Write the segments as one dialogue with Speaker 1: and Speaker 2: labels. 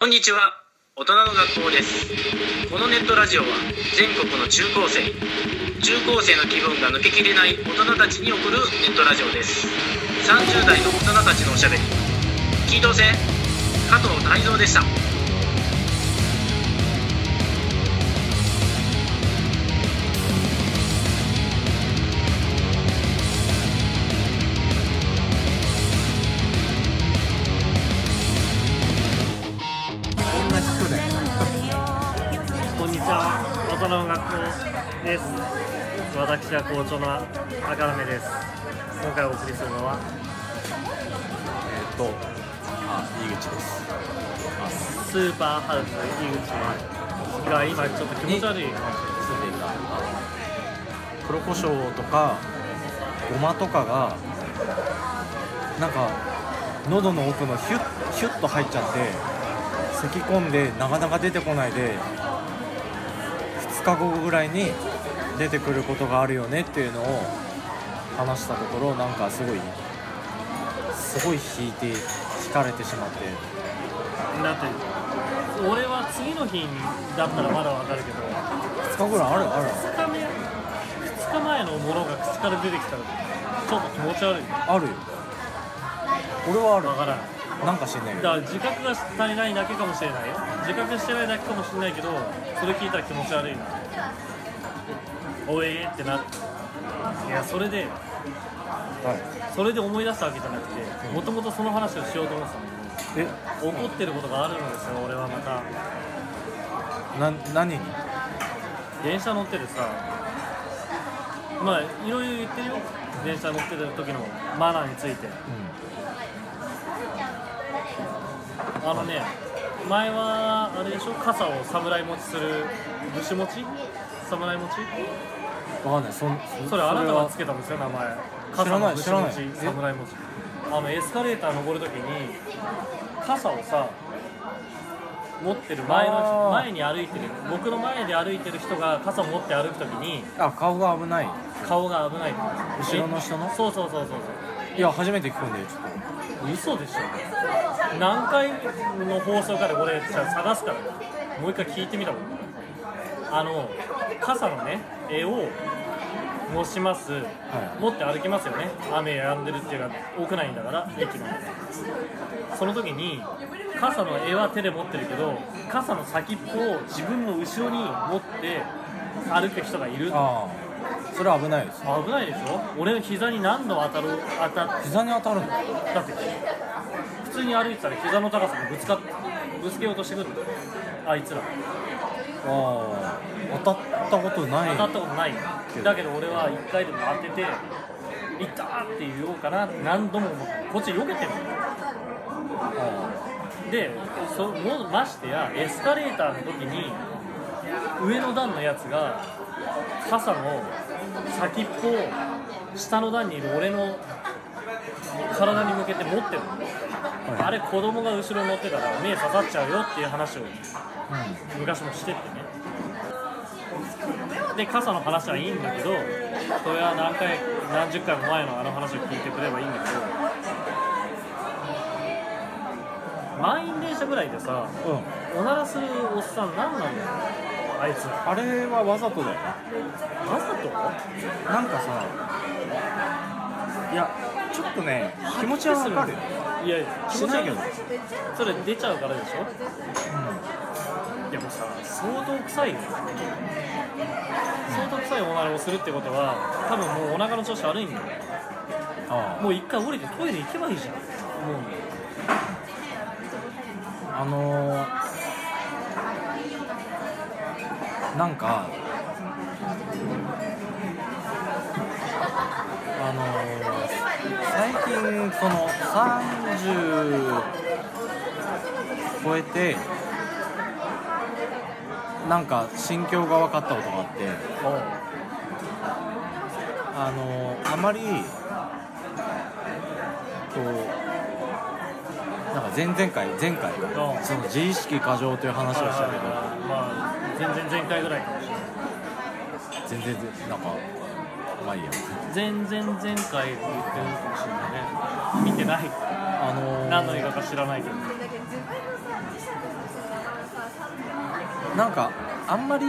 Speaker 1: こんにちは大人の学校ですこのネットラジオは全国の中高生中高生の気分が抜けきれない大人たちに送るネットラジオです30代の大人たちのおしゃべり聞いとおせ加藤泰造でした
Speaker 2: こんにちは、大人の学校です。私は校長の赤ラメです。今回お送りするのは、
Speaker 3: えーっと、あ、井口です。あ、
Speaker 2: スーパーハウス井口が今ちょっと気持ち悪い。
Speaker 3: 住んでいた。黒胡椒とか、ごまとかが。なんか、喉の奥のヒュッ、ヒュッと入っちゃって。咳き込んで、なかなか出てこないで。2日後ぐらいに。出てくることがあるよねっていうのを。話したところ、なんかすごい。すごい引いて、引かれてしまって。
Speaker 2: だって、俺は次の日だったらまだわかるけど、2
Speaker 3: 2日ぐらいあるある。
Speaker 2: 日目、2日前のものが口から出てきたら、ちょっと気持ち悪い。
Speaker 3: あるよ俺はあ
Speaker 2: わからない。
Speaker 3: るなんかしんない
Speaker 2: だから
Speaker 3: けど
Speaker 2: 自覚が足りないだけかもしれないよ自覚してないだけかもしれないけどそれ聞いたら気持ち悪いなおえーってなっていやそれで
Speaker 3: はい
Speaker 2: それで思い出したわけじゃなくてもともとその話をしようと思って
Speaker 3: え
Speaker 2: たのに怒ってることがあるんですよ俺はまた
Speaker 3: な何に
Speaker 2: 電車乗っててさまあいろいろ言ってるよ電車乗ってる時のマナーについてあのね前はあれでしょ傘を侍持ちする武士持ち侍持ち
Speaker 3: うんわかんないそん
Speaker 2: それあなたがつけたんですよ名前傘の
Speaker 3: 知らない
Speaker 2: 虫
Speaker 3: 知らない
Speaker 2: 持ち侍持ちあのエスカレーター登るときに傘をさ持ってる前の
Speaker 3: あ
Speaker 2: 人
Speaker 3: ー
Speaker 2: 前に歩いてる僕の前で歩いてる人が傘を持って歩くときに
Speaker 3: あ顔が危ない
Speaker 2: 顔が危ない後
Speaker 3: 後ろの人の
Speaker 2: そうそうそうそう
Speaker 3: いや初めて聞くんだよちょっ
Speaker 2: そう嘘でしょ何回の放送からこれじゃあ探すからもう一回聞いてみたもんあの傘のね絵を持ちます
Speaker 3: とは
Speaker 2: 持って歩きますよね雨やんでるっていうか多くないんだから駅のその時に傘の絵は手で持ってるけど傘の先っぽを自分の後ろに持って歩く人がいる
Speaker 3: いああそれは危ないです
Speaker 2: 危ないでしょ俺の膝に何度当たる当たっ
Speaker 3: 膝に当たるの
Speaker 2: だって普通に歩いてたら膝の高さにぶつかっぶつけようとしてくるんだよあいつら
Speaker 3: ああ当たったことない
Speaker 2: 当たったことないよだけど俺は1回でも当てて「いった!」って言おうかなって何度も思ってこっち避けてるのよ
Speaker 3: あ
Speaker 2: でそもましてやエスカレーターの時に上の段のやつが傘の先っぽを下の段にいる俺の体に向けて持ってるの、
Speaker 3: はい
Speaker 2: あれ子供が後ろに乗ってたから目刺さっちゃうよっていう話を
Speaker 3: あ
Speaker 2: 昔もしてってねで傘の話はいいんだけどそれは何回何十回も前のあの話を聞いてくればいいんだけど満員電車ぐらいでさ
Speaker 3: うん、うん、
Speaker 2: おならするおっさん何なんだよあいつわ
Speaker 3: あれはわざとだよ
Speaker 2: ざと
Speaker 3: なんかさいやちょっとね気持ちはわかるよ
Speaker 2: いや気
Speaker 3: し
Speaker 2: 持ち
Speaker 3: ない
Speaker 2: 悪
Speaker 3: け
Speaker 2: い
Speaker 3: ど
Speaker 2: それ出ちゃうからでしょでもさ相当臭いよ相当臭いおならをするってことは多分もうお腹の調子悪いんだよ
Speaker 3: ああ
Speaker 2: もう一回降りてトイレ行けばいいじゃんもう
Speaker 3: あのー、なんかあのー、最近その30超えてなんか心境が分かったことがあってあのー、あまりこうなんか前々回前回
Speaker 2: うん
Speaker 3: その自意識過剰という話をしたけど
Speaker 2: まあ全然前回ぐらいかもしれない
Speaker 3: 全然なんかまあいいや
Speaker 2: 全然前回って言ってるかもしれないね見てない
Speaker 3: あのー
Speaker 2: 何の映画か知らないけど
Speaker 3: あなんかあんまり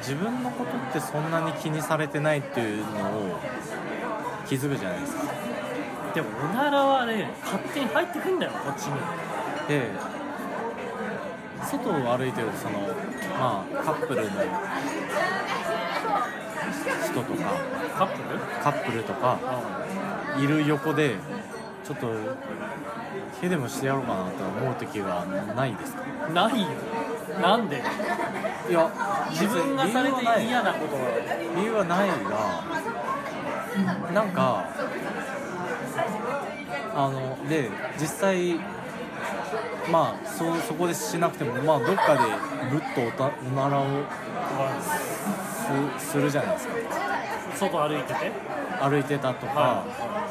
Speaker 3: 自分のことってそんなに気にされてないっていうのを気づくじゃないですか
Speaker 2: でもおならはね勝手に入ってくんだよこっちに
Speaker 3: で外を歩いてるそのまあカップルの人とか
Speaker 2: カップル
Speaker 3: カップルとか
Speaker 2: あ
Speaker 3: いる横でちょっと手でもしてやろうかなと思う時はないですか
Speaker 2: あないよなんで
Speaker 3: いや
Speaker 2: 自分がされて
Speaker 3: ない
Speaker 2: 嫌なことは
Speaker 3: 理由はないがなんかあので実際まあそそこでしなくてもまあどっかでぶっとおたおならをすするじゃないですか
Speaker 2: 外歩いてて
Speaker 3: 歩いてたとか、
Speaker 2: は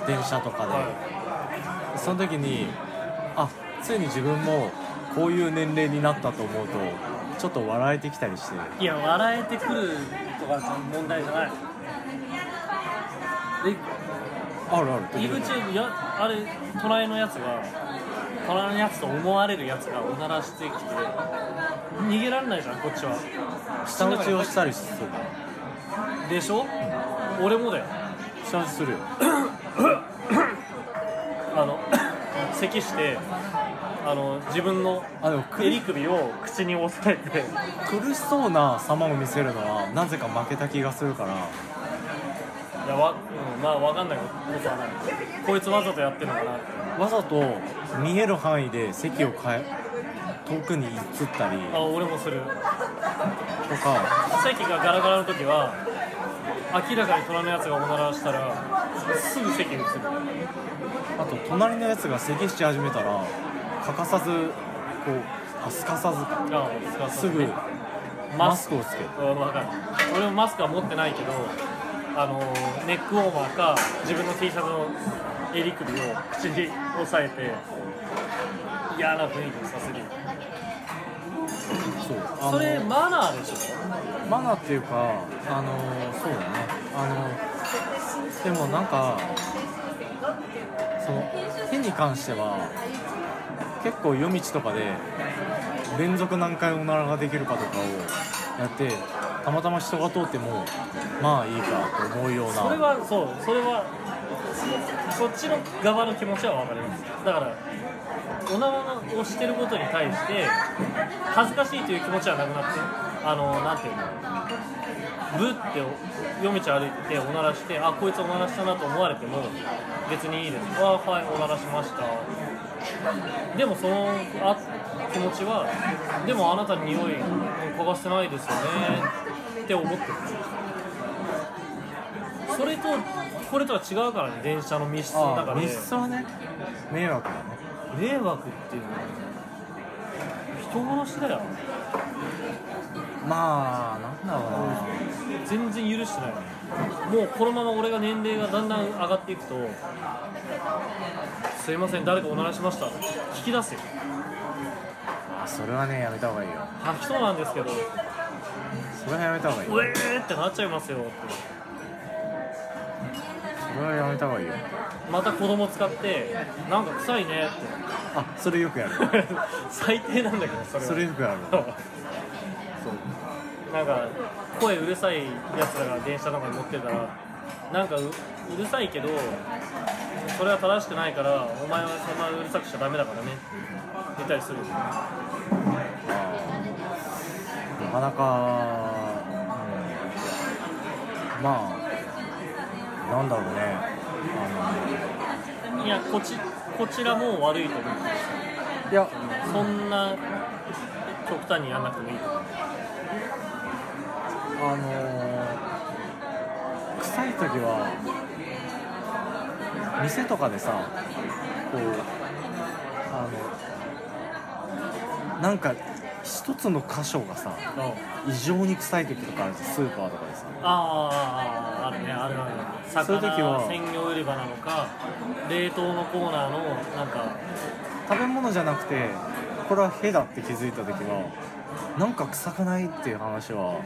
Speaker 3: 電車とかで、
Speaker 2: は
Speaker 3: その時にあついに自分もこういう年齢になったと思うとちょっと笑えてきたりして
Speaker 2: いいや笑えてくるとか問題じゃないえ
Speaker 3: あるある
Speaker 2: 入り口やあれ隣のやつが隣のやつと思われるやつがおならしてきて逃げられないじゃんこっちは
Speaker 3: 下打ちをしたりする
Speaker 2: でしょ俺もだよ
Speaker 3: 下打ちするよ
Speaker 2: あの 咳してあの自分の
Speaker 3: あでも苦
Speaker 2: 襟首を口に押さえて
Speaker 3: 苦しそうな様を見せるのはなぜか負けた気がするから
Speaker 2: いやわ、うん、まあわかんないことはないこいつわざとやってるのかなって
Speaker 3: わざと見える範囲で席を変え遠くに移ったり
Speaker 2: あ俺もする
Speaker 3: とか
Speaker 2: 席がガラガラの時は明らかに虎のやつがおならしたらすぐ席に移る
Speaker 3: あと隣のやつが咳し始めたら欠かさずこうあすかさずか
Speaker 2: あすか
Speaker 3: すぐマスクをつける
Speaker 2: うんわかる俺もマスクは持ってないけどあのーネックウォーマーか自分の T シャツの襟首を口に押さえて嫌な雰囲気にさせる
Speaker 3: そうあの
Speaker 2: それマナーでしょ
Speaker 3: マナーっていうかあのそうだねあのでもなんかその手に関しては結構夜道とかで連続何回おならができるかとかをやってたまたま人が通ってもまあいいかと思うような
Speaker 2: それはそうそれはそっちの側の気持ちは分かりますだからおならをしてることに対して恥ずかしいという気持ちはなくなってあのなんていうのブッて夜道歩いてておならしてあこいつおならしたなと思われても別にいいですあはいおならしましたでもそのあ気持ちはでもあなたに匂い嗅がしてないですよねって思ってるそれとこれとは違うからね電車の密室の
Speaker 3: あ
Speaker 2: 中
Speaker 3: あ
Speaker 2: で
Speaker 3: 密室はね迷惑だね
Speaker 2: 迷惑っていうのは人殺しだよ
Speaker 3: まあなんだろうな
Speaker 2: 全然許してないもうこのまま俺が年齢がだんだん上がっていくとすいません誰かおならしました聞き出すよ
Speaker 3: あそれはねやめた方がいいよ
Speaker 2: 吐きそうなんですけど
Speaker 3: それはやめた方がいいう
Speaker 2: えーってなっちゃいますよって
Speaker 3: それはやめた方がいいよ
Speaker 2: また子供使ってなんか臭いねっ
Speaker 3: あそれよくやる
Speaker 2: て 最低なんだけどそれは
Speaker 3: それよくやる
Speaker 2: そうなんか声うるさいやつらが電車とかに乗ってたらなんかううるさいけどそれは正しくないからお前はそんなうるさくしちゃダメだからねって言ったりする
Speaker 3: なかなか、うんまあなんだろうね
Speaker 2: いやこちこちらも悪いと思う
Speaker 3: あのいや
Speaker 2: そんな極端にやんなくてもいいと思う
Speaker 3: あの臭い時は店とかでさこうあのなんか一つの箇所がさ異常に臭い時とかあるじゃんスーパーとかでさ
Speaker 2: あああるねあるある
Speaker 3: そういう時は
Speaker 2: 魚鮮魚売り場なのか冷凍のコーナーのなんか
Speaker 3: 食べ物じゃなくてこれは屁だって気づいた時はなんか臭くないっていう話は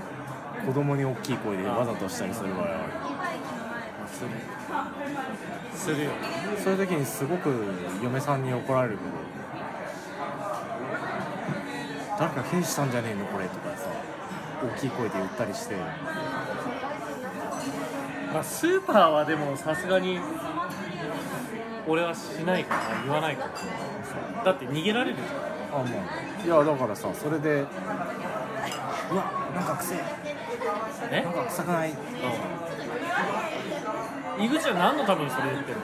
Speaker 3: 子供に大きい声でわざとしたりする場合は
Speaker 2: するするよ
Speaker 3: あるそういう時にすごく嫁さんに怒られるけど誰か返したんじゃねえのこれ」とかさ大きい声で言ったりして
Speaker 2: まあ、スーパーはでもさすがに俺はしないから言わないからだって逃げられるじゃ
Speaker 3: あもういやだからさそれでうわなんか臭い
Speaker 2: んね
Speaker 3: なんか臭くない
Speaker 2: 井口は何のためにそれ言ってる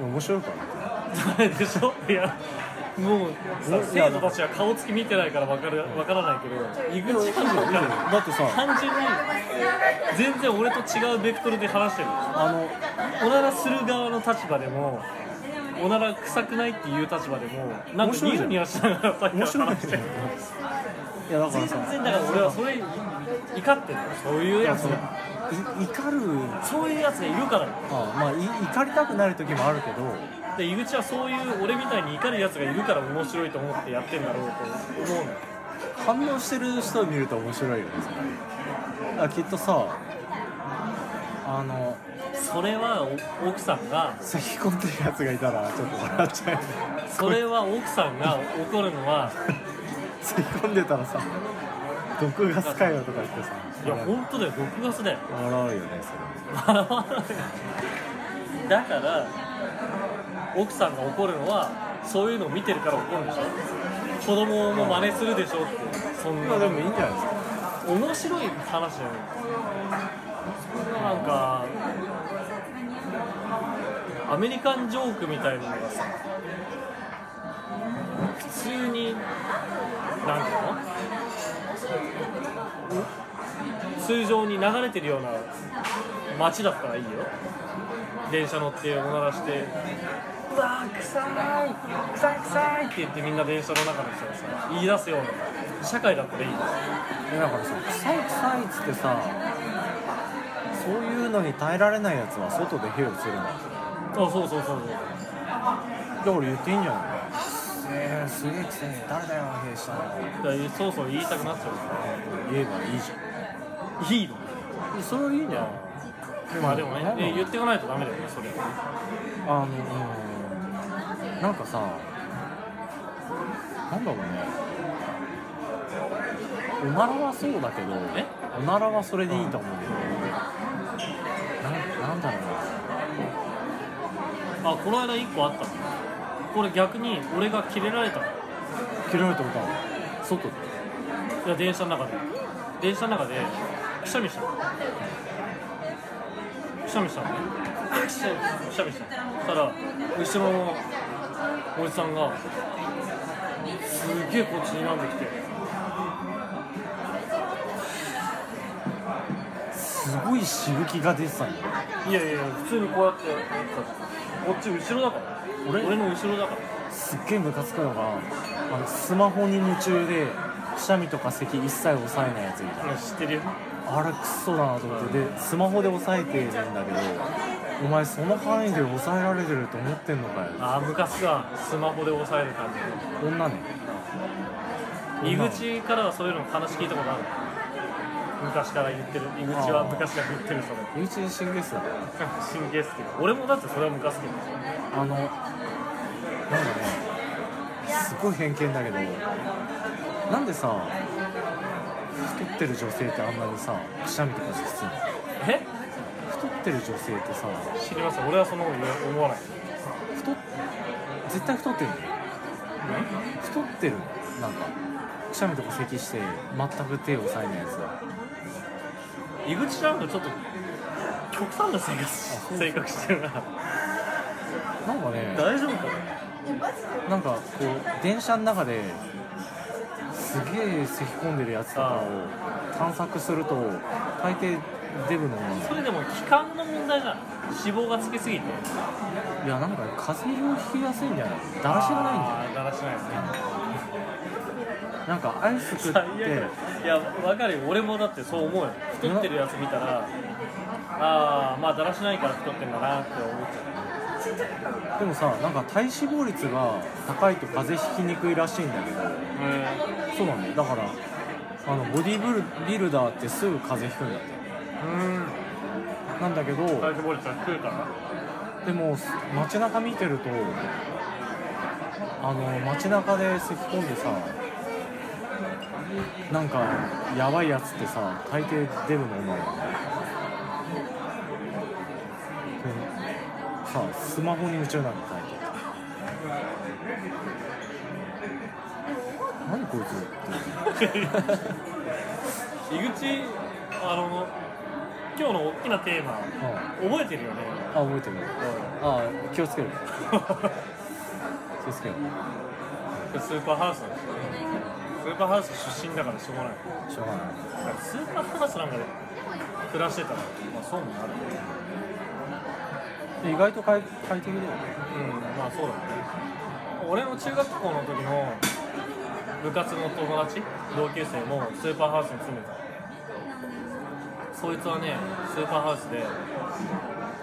Speaker 2: の
Speaker 3: 面白いか ら
Speaker 2: それでしょいやもうさ
Speaker 3: うん
Speaker 2: 生徒たちは顔つき見てないから分かるわからないけど井口は分かる
Speaker 3: だってさ
Speaker 2: 単純に全然俺と違うベクトルで話してる
Speaker 3: あの
Speaker 2: おならする側の立場でもおなら臭くないっていう立場でもなん
Speaker 3: 面
Speaker 2: か
Speaker 3: 白い
Speaker 2: ニ
Speaker 3: じゃ
Speaker 2: ヤ
Speaker 3: ん
Speaker 2: ニヤしながらさっきから
Speaker 3: 面白い
Speaker 2: 話してる
Speaker 3: いやだからさ
Speaker 2: 全然だから俺はそれ怒ってるよそういう
Speaker 3: い
Speaker 2: や
Speaker 3: や
Speaker 2: つ
Speaker 3: その
Speaker 2: が
Speaker 3: い怒る
Speaker 2: そういうやつがいるからよ
Speaker 3: あまあい怒りたくなる時もあるけど
Speaker 2: で井口はそういう俺みたいに怒るやつがいるから面白いと思ってやってんだろうと思うのよ
Speaker 3: 反応してる人を見ると面白いよねそれだからきっとさあの
Speaker 2: それはお奥さんが
Speaker 3: 咳き込んでるやつがいたらちょっと笑っちゃうよね
Speaker 2: それは奥さんが怒るのは
Speaker 3: 咳き込んでたらさ毒ガスかよとか言ってさ
Speaker 2: いや本当だよ毒ガスだよ
Speaker 3: 笑うよねそれ
Speaker 2: 笑わないだから奥さんが怒るのはそういうのを見てるから怒るんでしょ子供も真似するでしょってそん
Speaker 3: ま
Speaker 2: な
Speaker 3: あでもいいんじゃないですか
Speaker 2: 面白い話じゃないそんななんかアメリカンジョークみたいなのがさ普通になんていうの通常に流れてるような街だったらいいよ電車乗っておならして「うわー臭い臭い臭い」って言ってみんな電車の中の人がさ言い出すような社会だったらいいよ
Speaker 3: いやだからさ臭い臭いっつってさそういうのに耐えられないやつは外でヘをするのだか
Speaker 2: あそうそうそうそう
Speaker 3: ら言っていいんじゃないえー、すげえ臭い誰だよヘイしたの
Speaker 2: だからそうそう言いたくなっちゃ
Speaker 3: 言えばいいじゃ
Speaker 2: ういいの
Speaker 3: んそれはいいんじゃない
Speaker 2: まあでもね
Speaker 3: なんか
Speaker 2: え言っていかないとダメだよねそれは
Speaker 3: あのうんなんかさなんだろうねおならはそうだけど
Speaker 2: え
Speaker 3: おならはそれでいいと思うけどなんなんだろうな
Speaker 2: あこの間1個あったのこれ逆に俺がキレられたの
Speaker 3: 切られたことある外で
Speaker 2: いや電車の中で電車の中でくしゃみしたのくしゃみしたのねくしゃくしゃみしたのそしたら後ろのおじさんがすっげえこっちに睨んできて
Speaker 3: すごいしぶきが出てたんよ
Speaker 2: いやいやいや普通にこうやってやってたこっち後ろだから
Speaker 3: 俺
Speaker 2: 俺の後ろだから
Speaker 3: すっげえムカつくのがあのスマホに夢中でくしゃみとか咳一切抑えないやついた
Speaker 2: うん知ってるよ
Speaker 3: あれクソだなと思ってでスマホで抑えてるんだけどお前その範囲で抑えられてると思ってんのかよ
Speaker 2: ああ昔はスマホで押さえる感じ
Speaker 3: 女ね
Speaker 2: 井口からはそういうの話聞いたことある昔から言ってる井口は昔から言ってるそれ
Speaker 3: u チ神経質だから
Speaker 2: 神経質けど俺もだってそれは昔けど
Speaker 3: あのなんかねすごい偏見だけどなんでさ太ってる女性ってあんなにさくしゃみとかしてきついの
Speaker 2: え
Speaker 3: 太ってる女性ってさ
Speaker 2: 知りません俺はそんなこと言う思わない
Speaker 3: 太っ絶対太ってるの太ってるのなんかくしゃみとか咳して全く手を押さえないやつは
Speaker 2: 井口なんかちょっと極端な性格し性格してるな
Speaker 3: なんかね
Speaker 2: 大丈夫かな
Speaker 3: なんかこう電車の中ですげえ咳き込んでるやつとかを探索すると大抵デブの女の
Speaker 2: それでも気管の問題じゃん脂肪がつきすぎて
Speaker 3: 子いやなんか風邪をひきやすいんじゃないだらしがないん
Speaker 2: あーだらしないですね
Speaker 3: だよなんかアイス食っ
Speaker 2: 最
Speaker 3: て
Speaker 2: 悪だよいや分かるよ俺もだってそう思うよ太ってるやつ見たらああまあだらしないから太ってんだなって思っちゃ
Speaker 3: でもさなんか体脂肪率が高いと風邪ひきにくいらしいんだけど
Speaker 2: うう
Speaker 3: そうなんだよだからあのボディーブルビルダーってすぐ風邪ひくんだって
Speaker 2: ん
Speaker 3: なんだけど、
Speaker 2: 体脂肪率が低いから
Speaker 3: でも街中見てるとあの街中で咳き込んでさなんかやばいやつってさ大抵出るもんなのでさスマホに夢中なの大抵何こいつって
Speaker 2: 井口あの今日の大きなテーマ
Speaker 3: あ
Speaker 2: 覚えてるよね
Speaker 3: あ覚えてるああ気をつける気をつける
Speaker 2: スーパーハウスなんですよねスーパーハウス出身だからしょうがない
Speaker 3: しょうがな
Speaker 2: だ
Speaker 3: い
Speaker 2: からスーパーハウスなんかで暮らしてたら、まあ、そうもなる
Speaker 3: 意外と快快適だよ
Speaker 2: う
Speaker 3: ね
Speaker 2: んまあそうだね俺の中学校の時の部活の友達同級生もスーパーハウスに住んでたそいつはねスーパーハウスで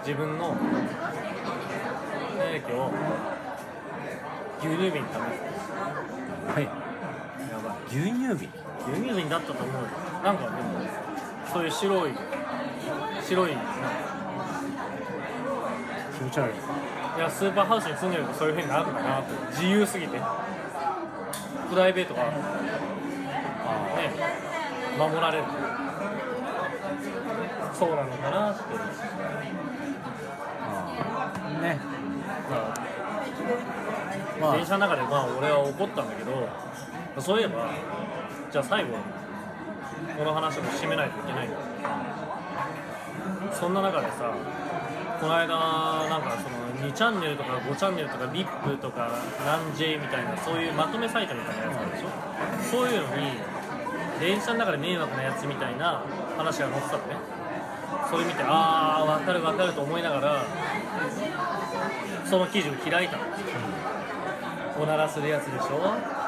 Speaker 2: 自分の利益を牛乳瓶に貯めて
Speaker 3: はい
Speaker 2: たやばい
Speaker 3: 牛乳瓶
Speaker 2: 牛乳瓶だったと思うよなんかでもそういう白い白いな
Speaker 3: 気持ち悪い
Speaker 2: いやスーパーハウスに住んでるとそういうふうになるんだなって自由すぎてプライベートが
Speaker 3: あ
Speaker 2: ね、守られるそうなのかなって
Speaker 3: ああね
Speaker 2: ま
Speaker 3: ま
Speaker 2: あ
Speaker 3: あ
Speaker 2: 電車の中でまあ俺は怒ったんだけどそういえばじゃあ最後この話を締めないといけないんだそんな中でさこの間なんかその2チャンネルとか5チャンネルとか VIP とか何 J みたいなそういうまとめサイトみたいなやつあるでしょそういうのに電車の中で迷惑なやつみたいな話が載ってたのねそれ見てああ分かる分かると思いながらその記事を開いたのおならするやつでしょ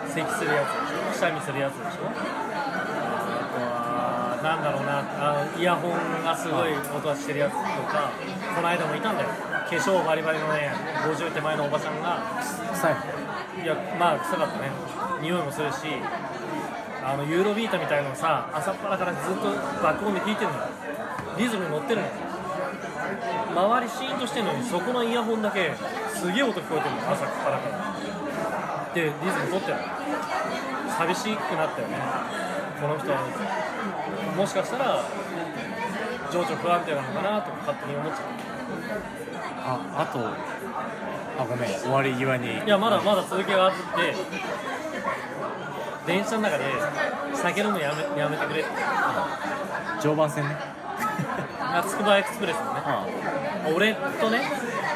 Speaker 2: 咳するやつでしょくしゃみするやつでしょあとはなんだろうなあのイヤホンがすごい音がしてるやつとかこの間もいたんだよ化粧バリバリのね50手前のおばちゃんが
Speaker 3: 臭い
Speaker 2: いやまあ臭かったね匂いもするしあのユーロビートみたいのをさ朝っぱらからずっと爆音で聴いてるのよリズムに乗ってるのよ周りシーンとしてるのにそこのイヤホンだけすげえ音聞こえてるの朝っぱらからでリズム取ってるの寂しくなったよねこの人はもしかしたら情緒不安定なのかなとか勝手に思っちゃう
Speaker 3: ああとあごめん終わり際に
Speaker 2: いやまだまだ続きがあって電車の中で酒飲むのやめやめてくれって
Speaker 3: 常磐線ね
Speaker 2: あつくばエクスプレスのね
Speaker 3: あ
Speaker 2: 俺とね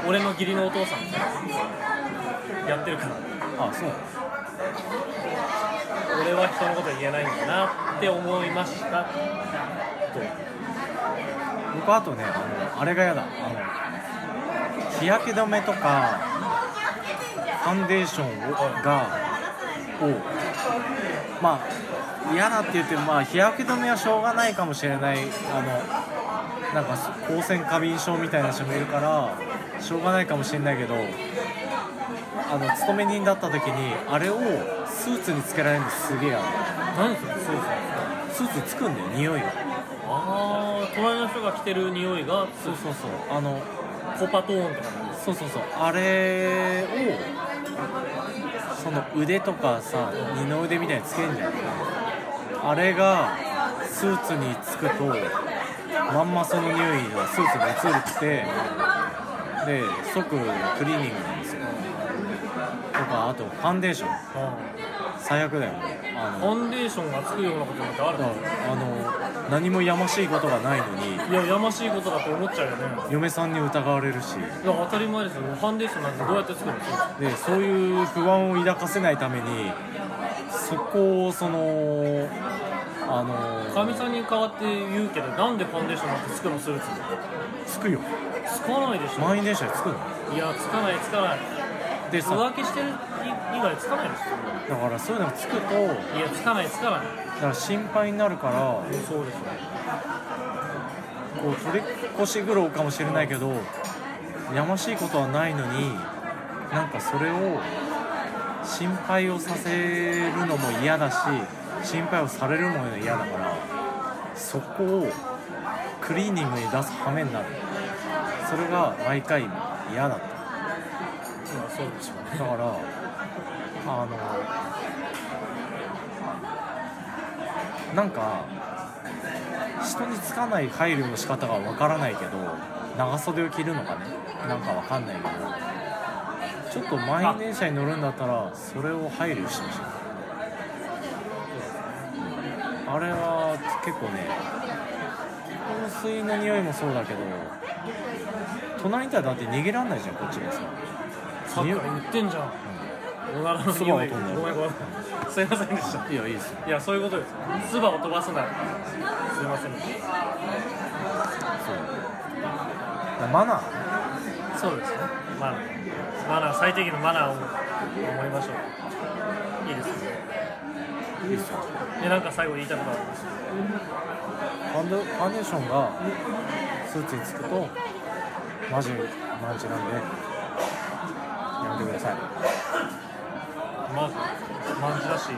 Speaker 2: 俺の義理のお父さんやってるから
Speaker 3: ああそうなの
Speaker 2: 俺は人のこと言えないんだなって思いましたと
Speaker 3: 僕あとねあのあれが嫌だあの日焼け止めとかファンデーションをがをまあ嫌だって言ってもまあ日焼け止めはしょうがないかもしれないあのなんか光線過敏症みたいな人もいるからしょうがないかもしれないけどあの勤め人だった時にあれをスーツにつけられるのすげえ嫌だ
Speaker 2: 何それそうそう
Speaker 3: スーツつくんだよ匂いが
Speaker 2: ああ隣の人が来てる匂いが
Speaker 3: そうそうそうあの
Speaker 2: コパトーンとかなんです
Speaker 3: そうそうそうあれをその腕とかさ二の腕みたいにつけんじゃんあれがスーツにつくとまんまその匂いがスーツに移るってで即クリーニングなんですよとかあとファンデーション最悪だよねあ
Speaker 2: フ
Speaker 3: の
Speaker 2: ァンデーションがつくようなことなんてあるの
Speaker 3: あの何もやましいことがないのに
Speaker 2: いややましいことだと思っちゃうよね
Speaker 3: 嫁さんに疑われるし
Speaker 2: いや当たり前ですよファンデーションなんてどうやって作るの
Speaker 3: でそういう不安を抱かせないためにそこをそのあ
Speaker 2: か
Speaker 3: の
Speaker 2: みさんに代わって言うけどなんでファンデーションなんてつくのスーツ
Speaker 3: つくよ
Speaker 2: つかないでしょ
Speaker 3: 満員電車でつくの
Speaker 2: いやつかないつかない
Speaker 3: でさ
Speaker 2: 浮気してる以外つかないですよ
Speaker 3: だからそういうのがつくとだ
Speaker 2: いやつかないつかない
Speaker 3: から心配になるから
Speaker 2: そうですよ
Speaker 3: こう取り越し苦労かもしれないけどやましいことはないのになんかそれを心配をさせるのも嫌だし心配をされるのも嫌だからそこをクリーニングに出す羽目になるそれが毎回嫌だっ
Speaker 2: ま
Speaker 3: た
Speaker 2: あそうでしょうね
Speaker 3: だからあのなんか人につかない配慮の仕方がわからないけど長袖を着るのかねなんかわかんないけどちょっと満員電車に乗るんだったらそれを配慮してほしいあれは結構ね香水の匂いもそうだけど隣にいたらだって逃げらんないじゃんこっちがさ
Speaker 2: さっきから言ってんじゃんおならの
Speaker 3: 唾を
Speaker 2: 匂
Speaker 3: 飛
Speaker 2: い
Speaker 3: んだ
Speaker 2: ごめんごめんすいませんでした
Speaker 3: いやいいですよ
Speaker 2: いやそういうことです唾を飛ばすなすいませんでし
Speaker 3: そうだマナー
Speaker 2: たそうですねマナーマナー最低限のマナーを思いましょういいですね
Speaker 3: いいですよ
Speaker 2: えなんか最後言いたいことあります
Speaker 3: ファンデファンデーションがスーツにつくとマジマジなんでやめてください
Speaker 2: まずマンチだし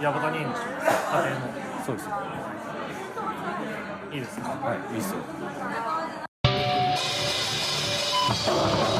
Speaker 2: ヤバタにいいんでしょ家庭の
Speaker 3: そうですよ
Speaker 2: いいですね
Speaker 3: はいいいですよ